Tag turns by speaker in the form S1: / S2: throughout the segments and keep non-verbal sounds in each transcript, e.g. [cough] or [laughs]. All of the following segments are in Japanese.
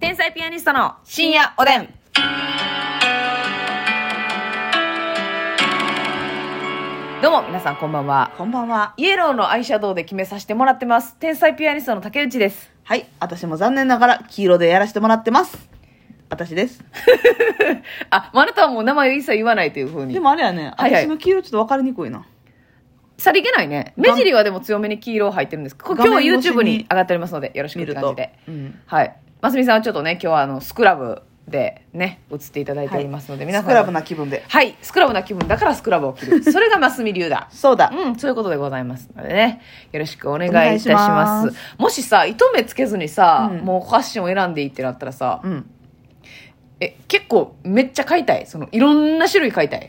S1: 天才ピアニストの深夜おでん。どうも皆さんこんばんは。
S2: こんばんは。
S1: イエローのアイシャドウで決めさせてもらってます。天才ピアニストの竹内です。
S2: はい。私も残念ながら黄色でやらせてもらってます。私です。
S1: あ、もうあなたはもう名前を一切言わないというふうに。
S2: でもあれやね、
S1: はいはい
S2: 私の黄色ちょっと分かりにくいな。
S1: さりげないね。目尻はでも強めに黄色入ってるんですけど、こ
S2: 画面
S1: 今日
S2: 越しに
S1: YouTube に上がっておりますので、よろしくっ
S2: 見
S1: て
S2: る
S1: 感
S2: と
S1: じで。。
S2: うん
S1: はい。ますみさんはちょっとね、今日はあの、スクラブでね、映っていただいておりますので、皆さん。
S2: スクラブな気分で。
S1: はい、スクラブな気分だからスクラブを着る。それがますみ流だ。
S2: そうだ。
S1: うん、そういうことでございますのでね。よろしくお願いい
S2: お願
S1: た
S2: い
S1: し
S2: しま
S1: ますす。もしさ、糸目つけずにさ、
S2: うん
S1: もうファッションを選んでいいってなったらさ、
S2: うん。
S1: え、結構めっちゃ買いたい。その、いろんな種類買いたい。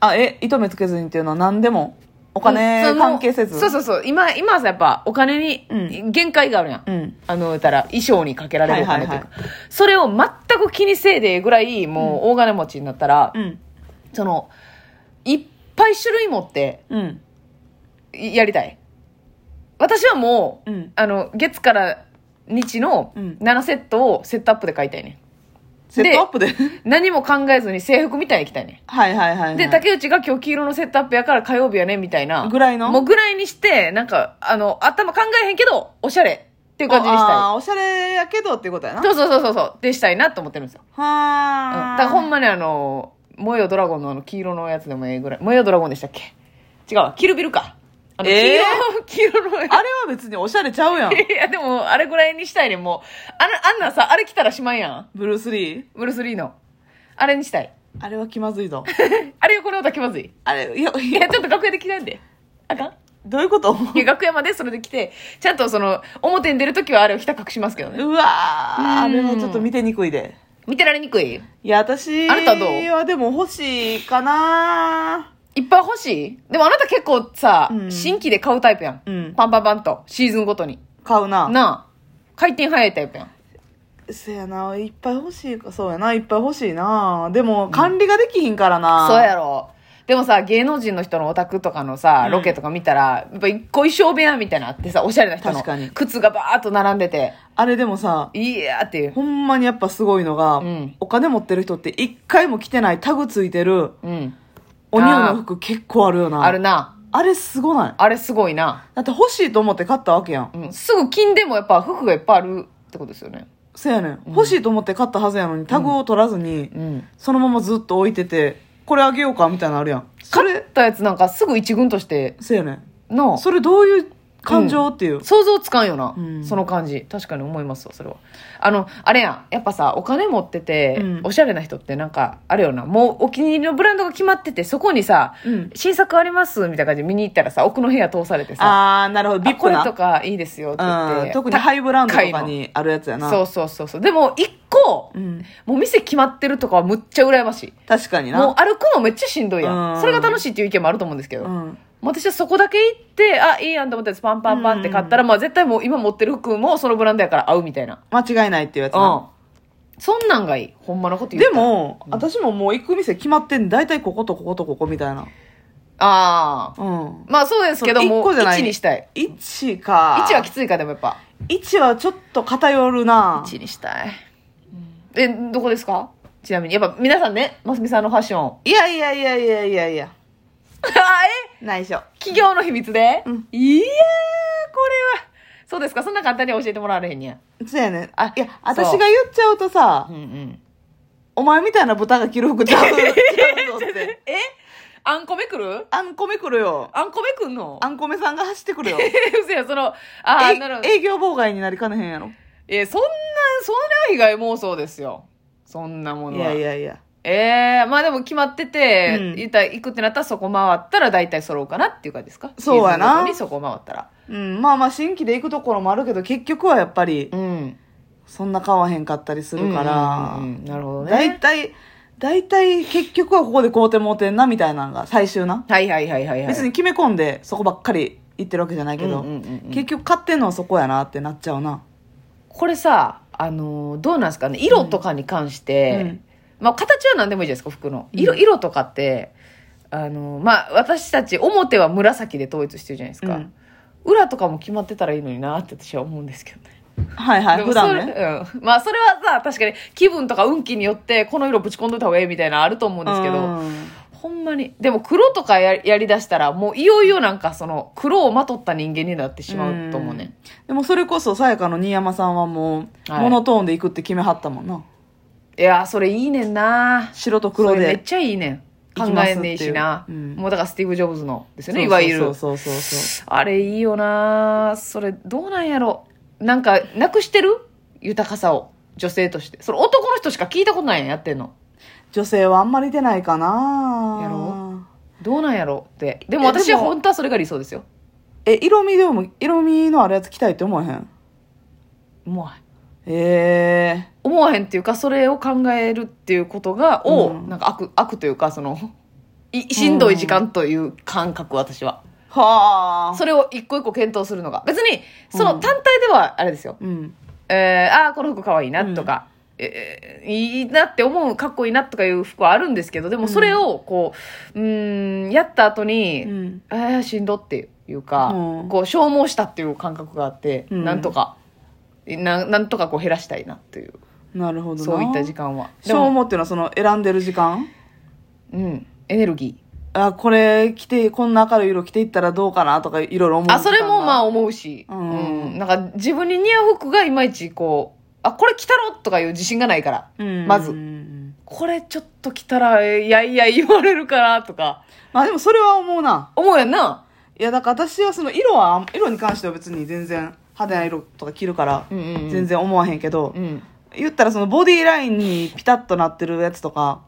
S2: あ、え、糸目つけずにっていうのは何でも、お
S1: お
S2: 金関係せず。
S1: そうそうそう。今、今はさ、やっぱお金
S2: う
S1: に限界があるやん。
S2: うん。
S1: あの、言ったら衣装にかけられるお金というか、
S2: は
S1: それを全く気にせえでええぐらい、もう大金持ちになったら、
S2: うん。
S1: その、いっぱい種類持って、
S2: うん。
S1: やりたい。私はもう、
S2: うん
S1: あの、月から日の
S2: うん
S1: 7セットをセットアップで買いたいね。
S2: セットアップで。
S1: 何も考えずに制服みたいに着たいね。
S2: [laughs] はいはいはい、はい。
S1: で、竹内が今日黄色のセットアップやから火曜日やね、みたいな。
S2: ぐらいの
S1: もうぐらいにして、なんか、あの、頭考えへんけど、おしゃれっていう感じに
S2: あ
S1: した。。
S2: ーおしゃれやけどっていうことやない
S1: そうそうそうそうそう。でしたいなと思ってるんですよ。うん。だ
S2: は
S1: か
S2: ー
S1: らほんまにあの、模様ドラゴンのあの黄色のやつでもええぐらい。模様ドラゴンでしたっけ違うわ、キルビルか。あの、
S2: え
S1: 黄色、黄色のやつ
S2: あれは別におしゃれちゃうやん。
S1: いや、でも、あれぐらいにしたいね、もう。あの、あんなんさ、あれ来たらしまいやん。
S2: ブルース・リー。
S1: ブルース・リーの。あれにしたい。 [laughs]
S2: あれは気まずいぞ。
S1: あれよ、これをだけまずい。
S2: あれ、いや、い
S1: いや、
S2: や、
S1: ちょっと楽屋で着ないん
S2: [laughs]
S1: で。あかん
S2: どういうこと
S1: いや、楽屋までそれで着て、ちゃんとその、表に出るときはあれをひた隠しますけどね。
S2: うわーあれはちょっと見てにくいで。
S1: 見てられにくい
S2: いや、私
S1: あなたはどう
S2: はでも欲しいかない
S1: っぱい欲しいでもあなた結構さ、
S2: うん
S1: 新規で買うタイプやん。
S2: うん
S1: パンパンパンと、シーズンごとに。
S2: 買うな。
S1: なあ。回転早いタイプやん。
S2: せやな、いっぱい欲しいか、そうやな、いっぱい欲しいなでも、管理ができひんからな、
S1: そうやろ。でもさ、芸能人の人のオタクとかのさ、
S2: うん
S1: ロケとか見たら、やっぱ一個衣装部屋みたいなのあってさ、おしゃれな人
S2: 確か
S1: の
S2: に
S1: 靴がバーっと並んでて、
S2: あれでもさ、
S1: いやーっていう。
S2: ほんまにやっぱすごいのが、
S1: うん
S2: お金持ってる人って一回も着てないタグついてる、
S1: うん。
S2: お乳の服結構あるよな。
S1: あるな。
S2: あれすごない。
S1: あれすごいな。
S2: だって欲しいと思って買ったわけやん。
S1: うん。すぐ金でもやっぱ服がいっぱいあるってことですよね。
S2: せやねん。欲しいと思って買ったはずやのに、タグを取らずに、
S1: うん。
S2: そのままずっと置いてて、これあげようかみたいなのあるやん。そ
S1: 買っ
S2: れ、
S1: たやつなんかすぐ一軍として、
S2: せやねん。
S1: の
S2: それどういう感情っていう。
S1: 想像つかんよな、
S2: うん
S1: その感じ確かに思いますわそれはあのあれやんやっぱさお金持ってて、
S2: うん
S1: おしゃれな人ってなんかあるよなもうお気に入りのブランドが決まっててそこにさ、
S2: うん
S1: 新作ありますみたいな感じで見に行ったらさ奥の部屋通されてさ
S2: あー、なるほど。ビ
S1: あ
S2: ップ
S1: これ
S2: な。
S1: とかいいですよって言っ
S2: う
S1: て
S2: ん、特にハイブランドと
S1: 高
S2: か
S1: いの
S2: にあるやつやな。
S1: そうそうそうそうでも一個、
S2: うん。
S1: もう店決まってるとかはむっちゃ羨まし
S2: 確かに
S1: いもう
S2: な。
S1: 歩くのめっちゃしんどいやん、
S2: うん
S1: それが楽しいっていう意見もあると思うんですけど、
S2: うん。
S1: 私はそこだけ行って、あ、いいやんと思ったやつパンパンパンって買ったら、まあ絶対もう今持ってる服もそのブランドやから合うみたいな。
S2: 間違いないっていうやつ
S1: うん
S2: な。。
S1: そんなんがいい。ほんまのこと言う。
S2: で、も、私ももう行く店決まってんだいたいこことこことここみたいな。
S1: ああ。
S2: うん。
S1: まあそうですけど
S2: そう
S1: も、
S2: 一個じゃない
S1: 1にしたい。
S2: 1か。
S1: 1はきついか、でもやっぱ。
S2: 1はちょっと偏るな。
S1: 1にしたい。え、どこですかちなみに。やっぱ皆さんね、ますみさんのファッション。 [laughs] あ
S2: いやいやいやいやいやいや。
S1: え
S2: 内緒。
S1: 企業の秘密で、
S2: うん
S1: いやー、これは。そうですかそんな簡単には教えてもらわれへんねや。
S2: そうやね。
S1: あ
S2: いや、
S1: そう
S2: 私が言っちゃうとさ
S1: うん、うん。
S2: お前みたいな豚が着る服ちゃうちゃうぞって。
S1: えあんこめくる
S2: [laughs] あんこめ来るよ。
S1: あんこめくんの
S2: あんこめさんが走ってくるよ。
S1: え嘘や、その、 [laughs] あー
S2: え
S1: なるほど。
S2: 営業妨害になりかねへんやろ。
S1: えそんな、それは被害妄想ですよ。そんなも
S2: い
S1: のは。
S2: やいやいや。
S1: ええまあでも決まってて、
S2: うん
S1: 言ったら行くってなったらそこ回ったら大体揃うかなっていう感じですか
S2: そうやな
S1: シーズンごとにそこ回ったら。
S2: うん、まあまあ新規で行くところもあるけど、結局はやっぱり、
S1: うん。
S2: そんな買わへんかったりするから、
S1: うんうんうんうんなるほどね。
S2: 大体、大体結局はここで買うてもうてんなみたいなのが最終な。
S1: はいはいはいはいはい。
S2: 別に決め込んでそこばっかり行ってるわけじゃないけど、
S1: うんうんうんうん
S2: 結局買ってんのはそこやなってなっちゃうな。
S1: これさ、あのーどうなんですかね色とかに関して、
S2: うん
S1: まあ形は何でもいいじゃないですか、服の。
S2: うん
S1: 色、色とかって、あのーまあ私たち表は紫で統一してるじゃないですか。
S2: うん
S1: 裏とかも決まってたらいいのになって私は思うんですけどね。
S2: はいはい、
S1: でも
S2: 普
S1: そ
S2: 段
S1: れ、
S2: ね。
S1: うん。まあ、それはさ、確かに気分とか運気によって、この色ぶち込んどいた方がええみたいなのあると思うんですけど、
S2: うん
S1: ほんまに。でも黒とかややりだしたら、もういよいよなんかその、黒をまとった人間になってしまうと思うね。
S2: でもそれこそさやかの新山さんはもう、
S1: はい
S2: モノトーンでいくって決めはったもんない
S1: やー、それいいねんな
S2: 白と
S1: 黒
S2: 黒
S1: で。めっ
S2: で
S1: ちゃいいねん。考
S2: いきます
S1: え
S2: っていうん
S1: ねえしな。
S2: うん
S1: もうだからスティーブ・ジョブズのですよね、
S2: そう
S1: いわゆる。
S2: そうそうそうそ
S1: あれいいよなそれどうなんやろなんかなくしてる豊かさを女性としてそれ男の人しか聞いたことないやんやってんの
S2: う女性はあんまり出ないかな
S1: やろどうなんやろってでも
S2: えでも
S1: 私は本当はそれが理想ですよ
S2: え色味でも色味のあるやつ着たいって思えへん
S1: 思わへん
S2: え
S1: 思わへんっていうかそれを考えるっていうことがを、
S2: うん
S1: なんか悪悪というかそのいしんどい時間という感覚私は
S2: えはあ
S1: それを一個一個検討するのが別にそうの
S2: ん
S1: 単体ではあれですよ、
S2: うん
S1: えー、ああこの服かわいいなとか、えーいいなって思うかっこいいなとかいう服はあるんですけどでもそれをこううーんやった後に、
S2: うん
S1: ああしんどっていうか、
S2: うん
S1: こう消耗したっていう感覚があって、
S2: うん
S1: なんとかななんとかこう減らしたいなっていう
S2: なるほどな
S1: そういった時間はで
S2: 消
S1: も、
S2: 耗っていうのはその選んでる時間
S1: うん、エネルギー
S2: あこれ着てこんな明るい色着ていったらどうかなとかいろいろ思う
S1: あそれもまあ
S2: あ
S1: 思うし、
S2: うん
S1: なんか自分に似合う服がいまいちこうあこれ着たろとかいう自信がないからまずこれちょっと着たらえいやいや言われるからとか
S2: まあでもそれは思うな
S1: 思うやんない
S2: やだから私はその色は色に関しては別に全然派手な色とか着るから
S1: うんうんうん
S2: 全然思わへんけど、
S1: うん
S2: 言ったらそのボディラインにピタッとなってるやつとか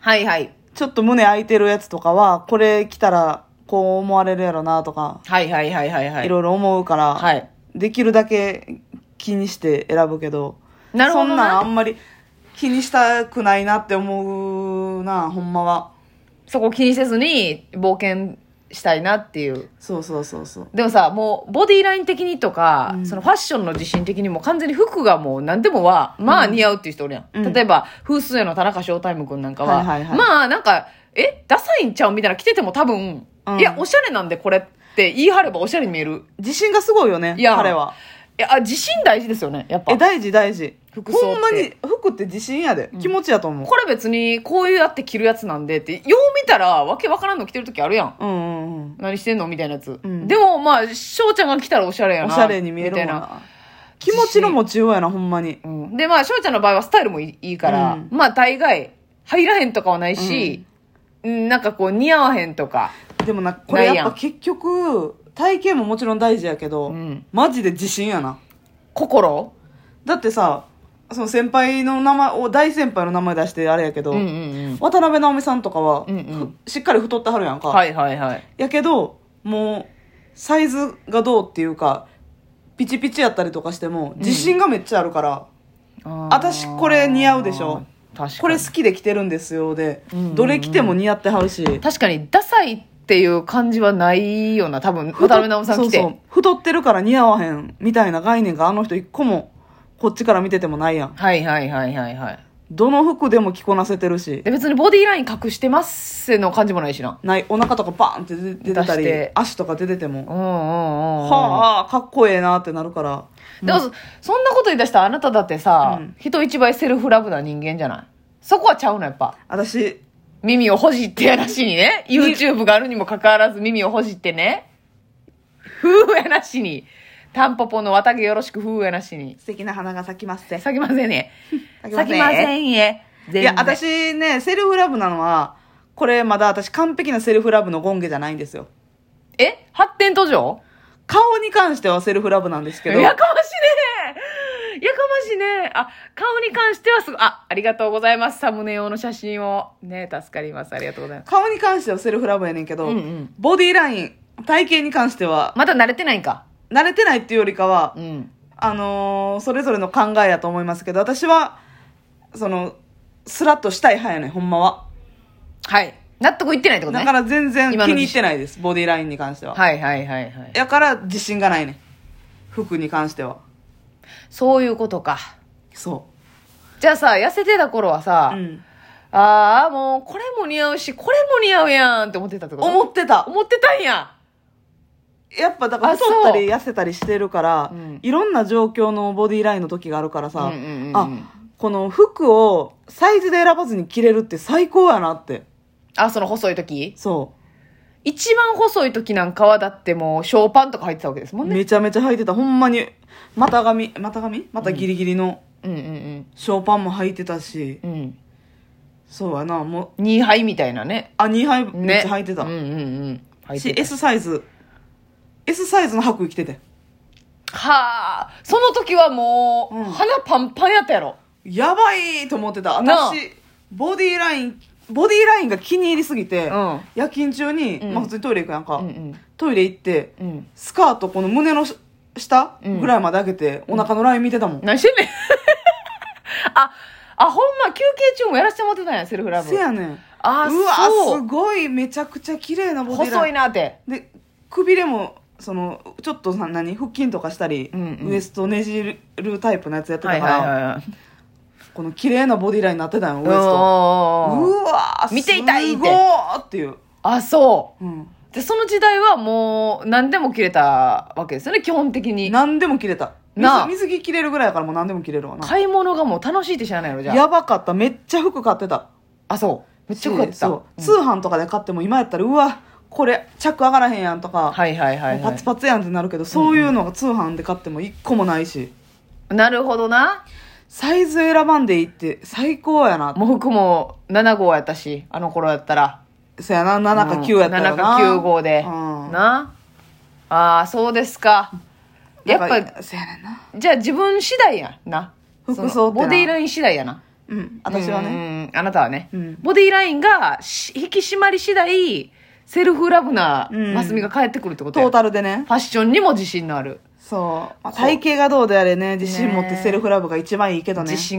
S1: はいはい
S2: ちょっと胸開いてるやつとかはこれ着たらこう思われるやろなとか
S1: はいはいはいはいはい
S2: いろいろ思うから、
S1: はい
S2: できるだけ気にして選ぶけど
S1: なるほどな
S2: そんなんあんまり気にしたくないなって思うなほんまは
S1: そこ気にせずに冒険したいなっていう
S2: そうそうそうそう
S1: でもさもうボディライン的にとか、
S2: うん
S1: そのファッションの自信的にも完全に服がもう何でもはまあ似合うっていう人おるやん、
S2: うん
S1: 例えば風水屋の田中翔太夢君なんかは,、
S2: はいはいはい
S1: まあなんかえダサいんちゃうみたいな着てても多分、
S2: うん
S1: いやおしゃれなんでこれって言い張ればおしゃれに見える
S2: 自信がすごいよね
S1: いや
S2: 彼はい
S1: やあ自信大事ですよねやっぱ
S2: え大事大事
S1: 服装って
S2: ほんまに服って自信やで、気持ちやと思う
S1: これ別にこういうやって着るやつなんでってよう見たらわけわからんの着てる時あるやん
S2: うんうんうん
S1: 何してんのみたいなやつ、
S2: うん
S1: でもまあ翔ちゃんが着たらおしゃれや
S2: お
S1: な
S2: しゃれに見えるもん
S1: みたいな、
S2: な気持ちの持ちようやなほんまに
S1: うん、でまあ翔ちゃんの場合はスタイルもいいいいから、
S2: うん
S1: まあ大概入らへんとかはないし、うんなんかこう似合わへんとか
S2: でもなこれ
S1: ない
S2: や
S1: やん
S2: っぱ結局体型ももちろん大事やけど、
S1: うん
S2: マジで自信やな
S1: 心
S2: だってさその先輩の名前を大先輩の名前出してあれやけど、
S1: うんうんうん
S2: 渡辺直美さんとかは、
S1: うんうん
S2: ふしっかり太ってはるやんか、
S1: はいはいはい
S2: やけどもうサイズがどうっていうかピチピチやったりとかしても自信がめっちゃあるから、私これ似合うでしょ
S1: 確かに
S2: これ好きで着てるんですよで、
S1: うんうんうん
S2: どれ着ても似合ってはるし
S1: 確かにダサいっていう感じはないよな多分渡辺直美さん来て
S2: そうそう太ってるから似合わへんみたいな概念があの人一個もこっちから見ててもないやん
S1: はいはいはいはいはい
S2: どの服でも着こなせてるし
S1: で別にボディライン隠してますの感じもないしな
S2: ないお腹とかバーンって出て出てた
S1: 出し
S2: り
S1: て
S2: 足とか出てて
S1: う
S2: も
S1: んうんうんうん
S2: はあかっこええなってなるから
S1: でもそそんなこと言い出したらあなただってさ、
S2: うん
S1: 人一倍セルフラブな人間じゃないそこはちゃうのやっぱ
S2: 私
S1: 耳をほじってやらしにね YouTube があるにもかかわらず耳をほじってね夫婦やなしにタンポポの綿毛よろしく夫婦やなしに
S2: 素敵な花が咲きますって
S1: 咲きませんね
S2: 咲きません
S1: んえ全然
S2: いや私ねセルフラブなのはこれまだ私完璧なセルフラブの権限じゃないんですよ
S1: え発展途上
S2: 顔に関してはセルフラブなんですけど
S1: やかましいねやかましいねあ、顔に関してはすごい、あ、ありがとうございます。サムネ用の写真を。ね、助かります。ありがとうございます。
S2: 顔に関してはセルフラブやねんけど、
S1: うんうん
S2: ボディライン体型に関しては
S1: まだ慣れてないんか。
S2: 慣れてないっていうよりかは、
S1: うん。
S2: あのーそれぞれの考えやと思いますけど私はそのスラッとしたい派やねんほんまは、
S1: はい。納得いってないってこと
S2: だ
S1: ね。
S2: から全然気
S1: 今の
S2: に入ってないですボディラインに関しては、
S1: はいはいはいはい。
S2: だから自信がないねん服に関しては
S1: そういうことか。
S2: そ
S1: じゃあさ、痩せてた頃は
S2: う、
S1: さ、
S2: うん、
S1: ああ、もう、これも似合うし、これも似合うやんって思ってたってこと
S2: 思ってた
S1: 思ってたんや。
S2: やっぱだから
S1: あそ
S2: 太
S1: う
S2: ったり痩せたりしてるから、
S1: うん
S2: いろんな状況のボディラインの時があるからさ、
S1: うんうんうん
S2: あこの服をサイズで選ばずに着れるって最高やなって
S1: あ、その細い時
S2: そ
S1: 一番細い時なんかはだってもうショーパンとか入ってたわけです
S2: う
S1: もんね。
S2: めちゃめちゃ履いてたほんまに股上股上またギリギリの
S1: うんうん
S2: ショーパンも履いてたし、
S1: うん。うん。
S2: そうやなもう
S1: 2杯みたいなね。
S2: あ2杯
S1: ね。
S2: めっちゃ履いてた,、
S1: うんうんうん。履い
S2: して
S1: た。
S2: S サイズ S サイズの白衣着てて
S1: はあ。その時はもう、
S2: うん
S1: 鼻パンパンやったやろ。
S2: やばいと思ってた
S1: なあ
S2: 私ボディラインボディラインが気に入りすぎて、
S1: うん
S2: 夜勤中に、
S1: うん
S2: まあ、普通にトイレ行くやんか、
S1: うんうん。
S2: トイレ行って
S1: うん。
S2: スカートこの胸のし下
S1: うん
S2: ぐらいまで上げて、お腹のライン見てたもん、
S1: 何してんねん。 [laughs] あ、あ、ほんま休憩中もやらせてもらってたんや、セルフラブ。
S2: せやねん
S1: あ、
S2: うわ
S1: そう
S2: すごいめちゃくちゃ綺麗なボディ
S1: 細
S2: ライ
S1: い
S2: ン
S1: なって。
S2: でくびれもそのちょっとさ何腹筋とかしたり、
S1: うんうん
S2: ウエストねじるタイプのやつやって
S1: は
S2: た
S1: い
S2: から、
S1: はいはい。
S2: この綺麗なボディラインになってたよウエスト
S1: うんうんうんうん
S2: うわ
S1: 見ていたいって
S2: すごーっていう、
S1: あ、そう。
S2: うん、
S1: で、その時代はもう、何でも切れたわけですよね、基本的に。
S2: 何でも着れた
S1: なあ
S2: 水水着着れるぐらいやからもう何でも着れるわな
S1: 買い物がもう楽しいって知らないのじゃあ。
S2: やばかっためっちゃ服買ってた
S1: あ、そう。めっちゃよかった。
S2: そう通販とかで買っても今やったらうわこれ着上がらへんやんとか、
S1: はいはいはい、
S2: もう
S1: は
S2: パツパツやんってなるけどそういうのが通販で買っても一個もないし
S1: い。なるほどな。
S2: サイズ選ばんでいいって最高やな
S1: もう服も7号やったし、あの頃やったら。
S2: そやな7か9やったら
S1: うん
S2: な、
S1: 7か9号で。
S2: うん
S1: な。ああ、そうですか。やっ
S2: なん
S1: ぱ、
S2: かそやねんな
S1: じゃあ自分次第やな。
S2: 服装ってな
S1: そのボディライン次第やな。
S2: うん私は
S1: うんう
S2: ね
S1: んうん。あなたはね。
S2: うん
S1: ボディラインがし引き締まり次第、セルフラブな
S2: うん
S1: マスミが帰ってくるってこと
S2: ト
S1: や、
S2: ータルでね
S1: ファッションにも自信のある。
S2: そう、まあ体型がどうであれね自信持ってセルフラブが一番いいけどね
S1: 自信